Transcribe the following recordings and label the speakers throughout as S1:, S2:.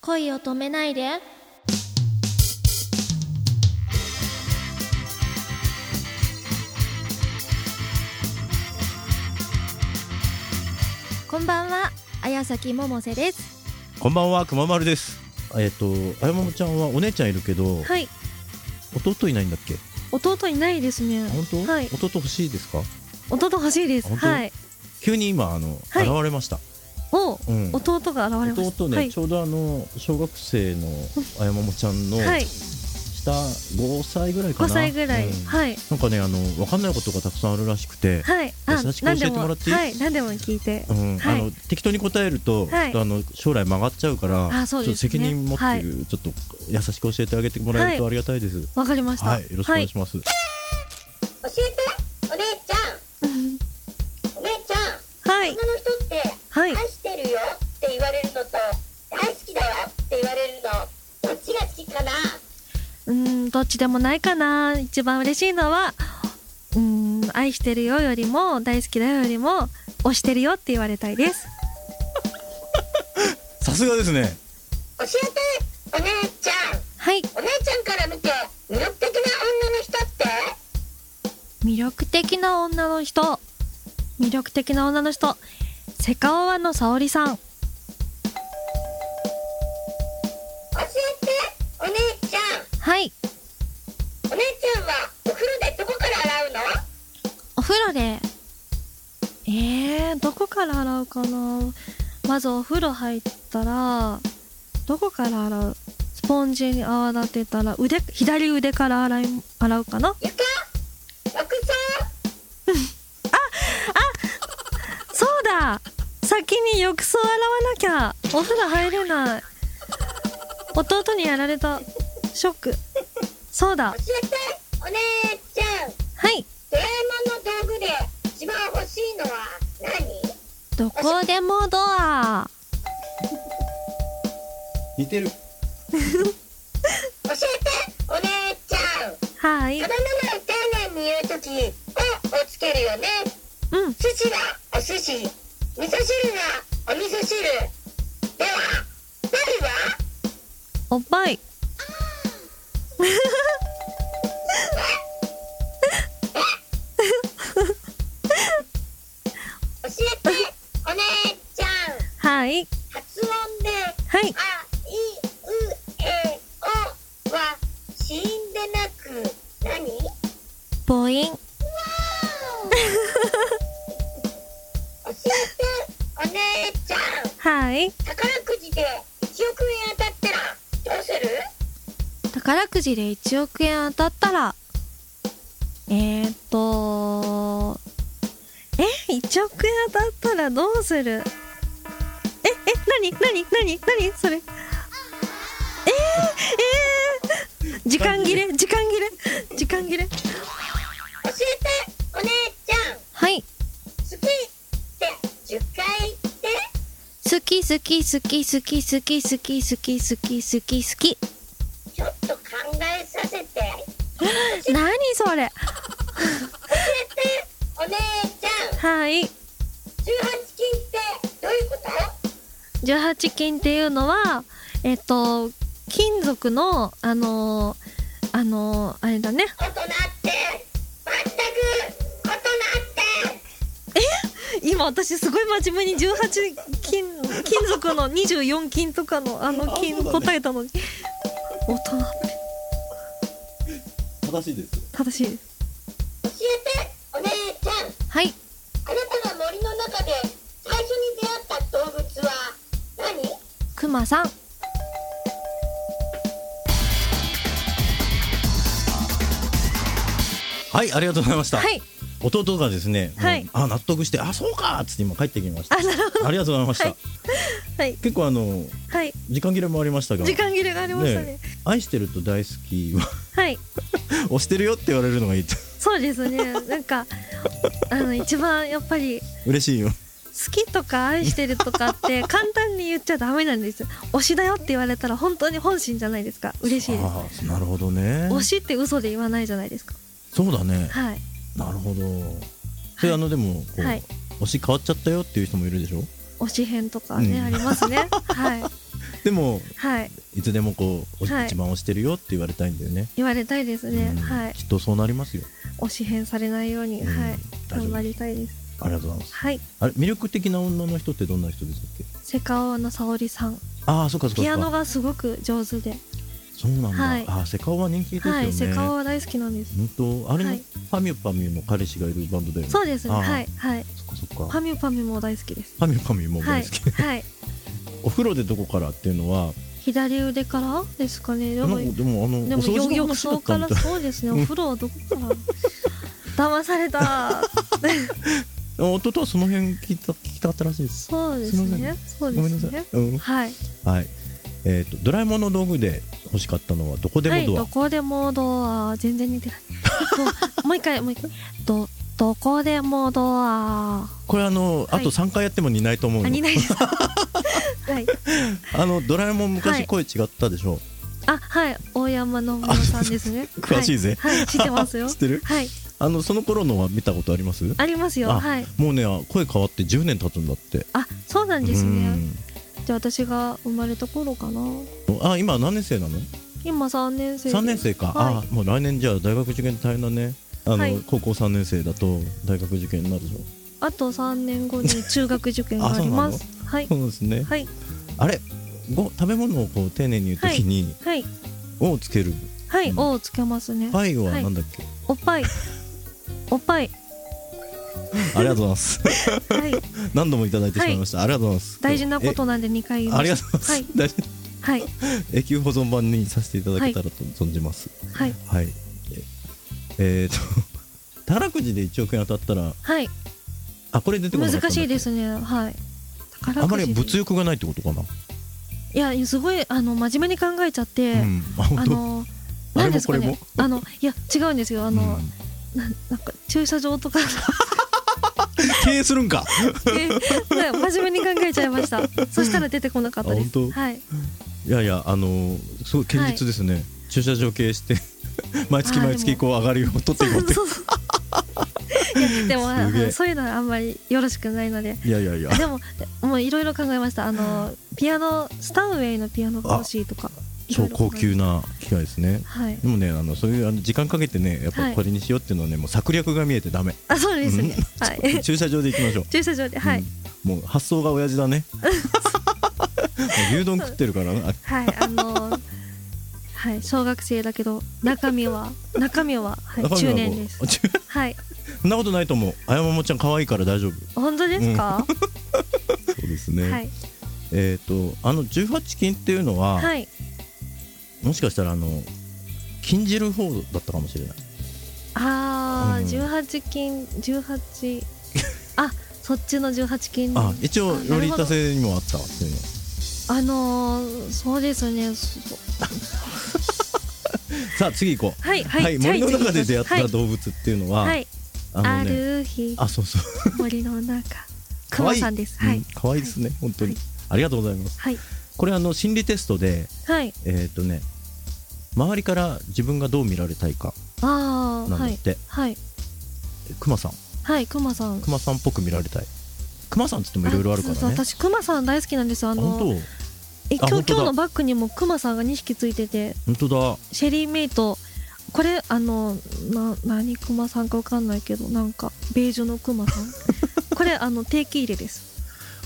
S1: 恋を止めないでこんばんは綾崎桃瀬です
S2: こんばんは、くままるです。えっ、と、あやまもちゃんはお姉ちゃんいるけど、
S1: はい
S2: 弟いないんだっけ。
S1: 弟いないですね
S2: 本当、
S1: はい
S2: 弟欲しいですか。
S1: 弟欲しいです
S2: 本当
S1: はい
S2: 急に今、あの、
S1: はい
S2: 現れました。
S1: お
S2: うん。
S1: 弟が現れました
S2: 弟ね、
S1: はい
S2: ちょうどあの小学生のあやまもちゃんの
S1: はい
S2: 下5歳ぐらいか
S1: 5
S2: な、
S1: 歳ぐらい、
S2: うん
S1: はい
S2: なんかねあの分かんないことがたくさんあるらしくて、
S1: はいあ
S2: 優しく
S1: 何で
S2: 教えてもらっていい
S1: はい何でも聞いて
S2: うん
S1: はい
S2: あの適当に答えると、
S1: はい
S2: ちょっとあの将来曲がっちゃうから
S1: あそうですね
S2: ちょっと責任持って、
S1: はい
S2: ちょっと優しく教えてあげてもらえるとありがたいです。は
S1: わかりました
S2: い、よろしくお願いします。
S3: 教えてお姉ちゃんお姉ちゃん
S1: はいはい
S3: 女の人って
S1: はい
S3: 愛してるよって言われるのと大好きだよって言われるのどっちが好きかな
S1: うーんどっちでもないかな一番嬉しいのはうーん愛してるよよりも大好きだよよりも推してるよって言われたいです
S2: さすがですね。
S3: 教えてお姉ちゃん
S1: はい
S3: お姉ちゃんから見て魅力的な女の人って
S1: 魅力的な女の人魅力的な女の人セカオワの沙織さん
S3: 教えてお姉ちゃん
S1: はい
S3: お姉ちゃんはお風呂でどこから洗うの
S1: お風呂でえー、どこから洗うかなまずお風呂入ったらどこから洗うスポンジに泡立てたら腕左腕から洗い洗うかな
S3: 床浴槽
S1: そうだ先に浴槽洗わなきゃお風呂入れない弟にやられたショックそうだ
S3: 教えてお姉ちゃん
S1: はい
S3: ドラえもんの道具で一番欲しいのは何
S1: どこでもドア
S2: 似てる。
S3: 教えてお姉ちゃん
S1: はい
S3: 食べ物を丁寧に言うとき「お」をつけるよね
S1: うん
S3: 寿司はお寿司味噌汁はお味噌汁では何は
S1: おっぱい
S3: 教えてお姉ちゃん
S1: はい
S3: 発音で
S1: はい
S3: 「あいうえお」は死んでなく何
S1: 母音
S3: 教えてお姉ちゃん
S1: はい
S3: 宝くじで1億円当たったらどうする
S1: 宝くじで1億円当たったらえー、っとえ1億円当たったらどうするええ何何何何それえー、えー、時間切れ時間切れ時間切れ
S3: 教えてお姉ちゃん
S1: はい
S3: 好きって10回言って
S1: 好き好き好き好き好き好き好き好き好き好き
S3: ちょっと考えさせて教
S1: 何それ
S3: えてお姉ちゃん
S1: はい
S3: 18金ってどういうこと
S1: 18金っていうのはえっと金属のあのーあのーあれだね
S3: 大人ってまったく大人って
S1: 今私すごい真面目に18金金属の24金とかのあの金
S2: あそうだね
S1: 答えたのに大人って
S2: 正しいです。
S1: 正しいです
S3: 教えてお姉ちゃん
S1: はい
S3: あなたが森の中で最初に出会った動物は何
S1: くまさん
S2: はい、ありがとうございました。
S1: はい
S2: 弟がですね、もう
S1: はい
S2: あ納得してあそうかっつって今帰ってきました
S1: あなるほ
S2: ありがとうございました、
S1: はいどはい
S2: 結構あの
S1: はい
S2: 時間切れもありましたが
S1: 時間切れがありましたね
S2: ね愛してると大好きは
S1: はい
S2: 押してるよって言 われるのがいいと
S1: そうですねなんかあの一番やっぱり
S2: 嬉しいよ
S1: 好きとか愛してるとかって簡単に言っちゃダメなんですよ推しだよって言われたら本当に本心じゃないですか嬉しいです
S2: ああなるほどね
S1: 推しって嘘で言わないじゃないですか
S2: そうだね
S1: はい
S2: なるほどそれあのでもこう、
S1: はい
S2: 推し変わっちゃったよっていう人もいるでしょ
S1: 推し編とかね、
S2: うん
S1: ありますねはい
S2: でも
S1: はい
S2: いつでもこう、お
S1: はい
S2: 一番推してるよって言われたいんだよね、
S1: 言われたいですね
S2: うん
S1: はい
S2: きっとそうなりますよ、
S1: 推し変されないように
S2: うん
S1: はい
S2: 大
S1: 頑
S2: 丈夫
S1: 張
S2: あり
S1: りたいです
S2: がとうございます
S1: はい
S2: あれ魅力的な女の人ってどんな人でしたっけ
S1: セカオワの沙織さん
S2: ああそうかそうかそうか
S1: ピアノがすごく上手で
S2: そうなんだ、
S1: はい
S2: ああセカオワ人気ですよね、
S1: はいセカオワ大好きなんです
S2: 本当あれの、
S1: はい
S2: パミュパミュの彼氏がいるバンドだよね
S1: そうですね
S2: あー
S1: はいはい
S2: そっかそっか
S1: パミュパミュも大好きです
S2: パミュパミュも
S1: は
S2: 大
S1: い
S2: 好き、
S1: はい
S2: お風呂でどこからっていうのは
S1: 左腕からですかねで
S2: なん
S1: も
S2: かでもあの
S1: で
S2: お
S1: も
S2: 掃除の
S1: 浴
S2: 話だ
S1: 槽
S2: った
S1: か
S2: み
S1: ら
S2: たい
S1: そうですね お風呂はどこから騙され た
S2: 弟はその辺聞いた聞きたかったらしいです
S1: そうです
S2: すいま
S1: ねそう
S2: ご
S1: で
S2: めんな
S1: す
S2: さ
S1: ね
S2: い、うん、
S1: はい
S2: はいえっ、とドラえもんの道具で欲しかったのはどこでも
S1: はい
S2: ドア、
S1: どこでもドア全然似てないどもう一 回もう一回どどこでもドア
S2: これあの、
S1: はい
S2: あと3回やっても似ないと思う
S1: あ
S2: の
S1: 似ないですはい
S2: あのドラえも
S1: は
S2: ん昔
S1: い
S2: 声違ったでしょ、
S1: あはい大山信夫さんですね
S2: 詳しいぜ
S1: はい、はい知ってます よ
S2: 知ってる
S1: はい
S2: あのその頃のは見たことあります
S1: ありますよ
S2: あ
S1: はい
S2: もうねあ声変わって10年経つんだって
S1: あそうなんですね
S2: ん
S1: じゃあ私が生まれた頃かな
S2: あ今何年生なの
S1: 今三年生
S2: 3年生か、
S1: は
S2: あもう来年じゃあ大学受験大変だねあの、
S1: はい
S2: 高校3年生だと大学受験になるでしょ
S1: あと三年後に中学受験がありま
S2: あ
S1: すはい
S2: そうですね
S1: はい
S2: あれご食べ物をこう丁寧に言うときに
S1: はい
S2: 「を」つける
S1: はい、
S2: うん
S1: おをつけますね
S2: 「パイ」はなんだっけ、
S1: おっぱいおっぱい
S2: ありがとうございます
S1: はい
S2: 何度もいただいてしまいました、ありがとうございます
S1: 大事なことなんで2回
S2: え
S1: 言いま
S2: ありが
S1: し
S2: とうございます、大事
S1: たはい
S2: 永久保存版にさせていただけたらと存じます
S1: はい
S2: はい、ええー、っと 宝くじで1億円当たったら
S1: はい
S2: あこれ出てこなかったんだ
S1: 難しいですねはい宝くじ
S2: あまり物欲がないってことかな、
S1: いやすごいあの真面目に考えちゃって、
S2: うんあ本
S1: あ
S2: 当
S1: の
S2: あれ
S1: 何
S2: も
S1: ですか
S2: これも
S1: ねあのいや違うんですよあ
S2: あ
S1: の、ななんか駐車場とか
S2: 経営する んか
S1: で真面目に考えちゃいましたそしたら出てこなかったで
S2: あ本
S1: す
S2: 当
S1: はい
S2: いやいやあのすごい堅実ですね、駐車場経営して 毎月
S1: あー
S2: 毎月
S1: で
S2: こう上がりを取っていこうって
S1: そうそうそういやでもあ
S2: すげえ
S1: のそういうのはあんまりよろしくないので
S2: いやいやいや
S1: でももういろいろ考えましたあのピアノスタンウェイのピアノが欲しいとかいろ
S2: 超
S1: いろ考え
S2: 高級な機械ですね
S1: はい
S2: でもねあのそういうあの時間かけてねや
S1: は
S2: っぱ
S1: い
S2: これにしようっていうのはねもう策略が見えてダメ、
S1: あそうですね
S2: うん
S1: はい
S2: 駐車場で行きましょう
S1: 駐車場ではい、
S2: うんもう発想が親父だねもう牛丼食ってるからな
S1: はいあのはい小学生だけど中身 は中身は、はい、
S2: 中身
S1: 中
S2: はもう
S1: 年です
S2: 中
S1: はい
S2: そんなことないと思うあやまもちゃん可愛いから大丈夫
S1: 本当ですか、
S2: そうですね、
S1: はい
S2: えっ、とあの18金っていうのは、
S1: はい
S2: もしかしたらあの禁じる方だったかもしれない
S1: ああ
S2: うん
S1: 十八金十八あそっちの十八金
S2: あ一
S1: あ
S2: 応
S1: なるほど
S2: ロリータ性にもあったっていうの
S1: あのー、そうですねそ
S2: さあ次行こう
S1: はいはい、
S2: 森の中で
S1: 次
S2: 出
S1: 行
S2: 会
S1: きましょ
S2: った
S1: う
S2: 動物っていうのは、
S1: はい、はい、
S2: あ
S1: あ
S2: のね
S1: る日
S2: あそうそう
S1: 森の 中
S2: 可
S1: 熊
S2: 愛い
S1: さんですは
S2: う
S1: い
S2: ん可愛いですね、本当に、
S1: は
S2: ありがとうございます
S1: はい
S2: これあの心理テストで
S1: はい
S2: えっ、とね周りから自分がどう見られたいか
S1: ああ
S2: なんだ
S1: は
S2: っ
S1: い
S2: て、
S1: はい
S2: クマさん
S1: はい熊さん
S2: クマさんっぽく見られたいクマさんっつってもいろいろあるから
S1: そう
S2: ね
S1: そう私クマさん大好きなんですよあ
S2: あ
S1: の
S2: 本
S1: え今
S2: あ
S1: 日
S2: 本当だ
S1: 今日のバッグにもクマさんが2匹ついてて
S2: 当本当だ
S1: シェリーメイトこれあのな何クマさんかわかんないけどなんかベージュのクマさん これあの定期入れです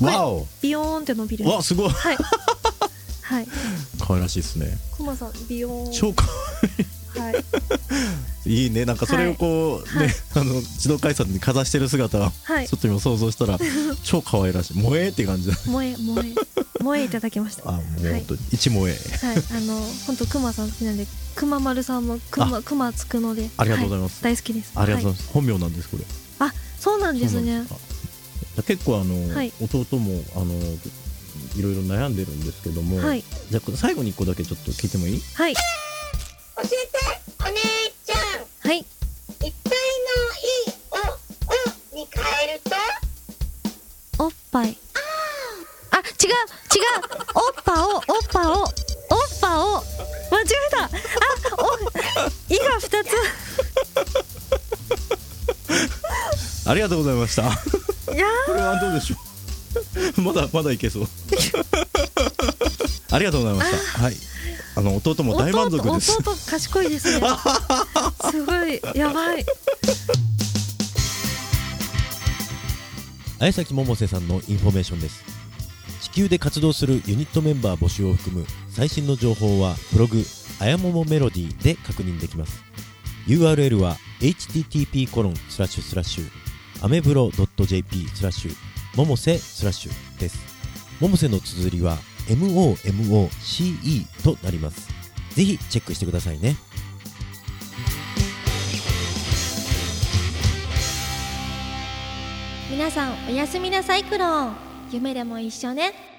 S1: これ
S2: わお
S1: ビヨーンって伸びる
S2: わ
S1: は
S2: すご
S1: い
S2: い
S1: はい
S2: 可愛らしいですね
S1: クマさんビヨーン
S2: 超可
S1: はい
S2: 愛いいいねなんかそれをこう、
S1: はい
S2: ね、あの自動改札にかざしてる姿は
S1: はい
S2: ちょっと今想像し たら超可愛らしい萌えって感じだ
S1: 萌え萌 え萌えいただきました
S2: あ
S1: は
S2: もう
S1: はい
S2: 本当に一萌え
S1: いあの本当クマさん好きなんでクマ丸さんもクマクマつくので
S2: ありがとうござい
S1: ま
S2: ます、
S1: 大好きです
S2: ありがとう
S1: は
S2: ございます、本名なんですこれ
S1: いあそうなんです
S2: そうな
S1: ね
S2: んですか結構あの、
S1: はい
S2: 弟もあのいろいろ悩んでるんですけども、
S1: はい
S2: じゃあ最後に一個だけちょっと聞いてもいい
S1: はい
S3: 教えてお姉ちゃん
S1: はい
S3: いっぱいの「い」を「お」に変えると
S1: おっぱいあ違う違うおっぱをおっぱをおっぱを間違えたあお「い」が二つ
S2: ありがとうございま した
S1: いや
S2: これはどうでしょうまだまだいけそうありがとうございました。はい。あの弟も大満足です。
S1: 弟弟賢いですねすごいやばい
S2: 綾崎百瀬さんのインフォメーションです地球で活動するユニットメンバー募集を含む最新の情報はブログ「あやももメロディー」で確認できます URL は http コロンスラッシュスラッシュアメブロ .jp スラッシュももせスラッシュですももせの綴りは MOMOCE となりますぜひチェックしてくださいね
S1: 皆さんおやすみなさいクローン夢でも一緒ね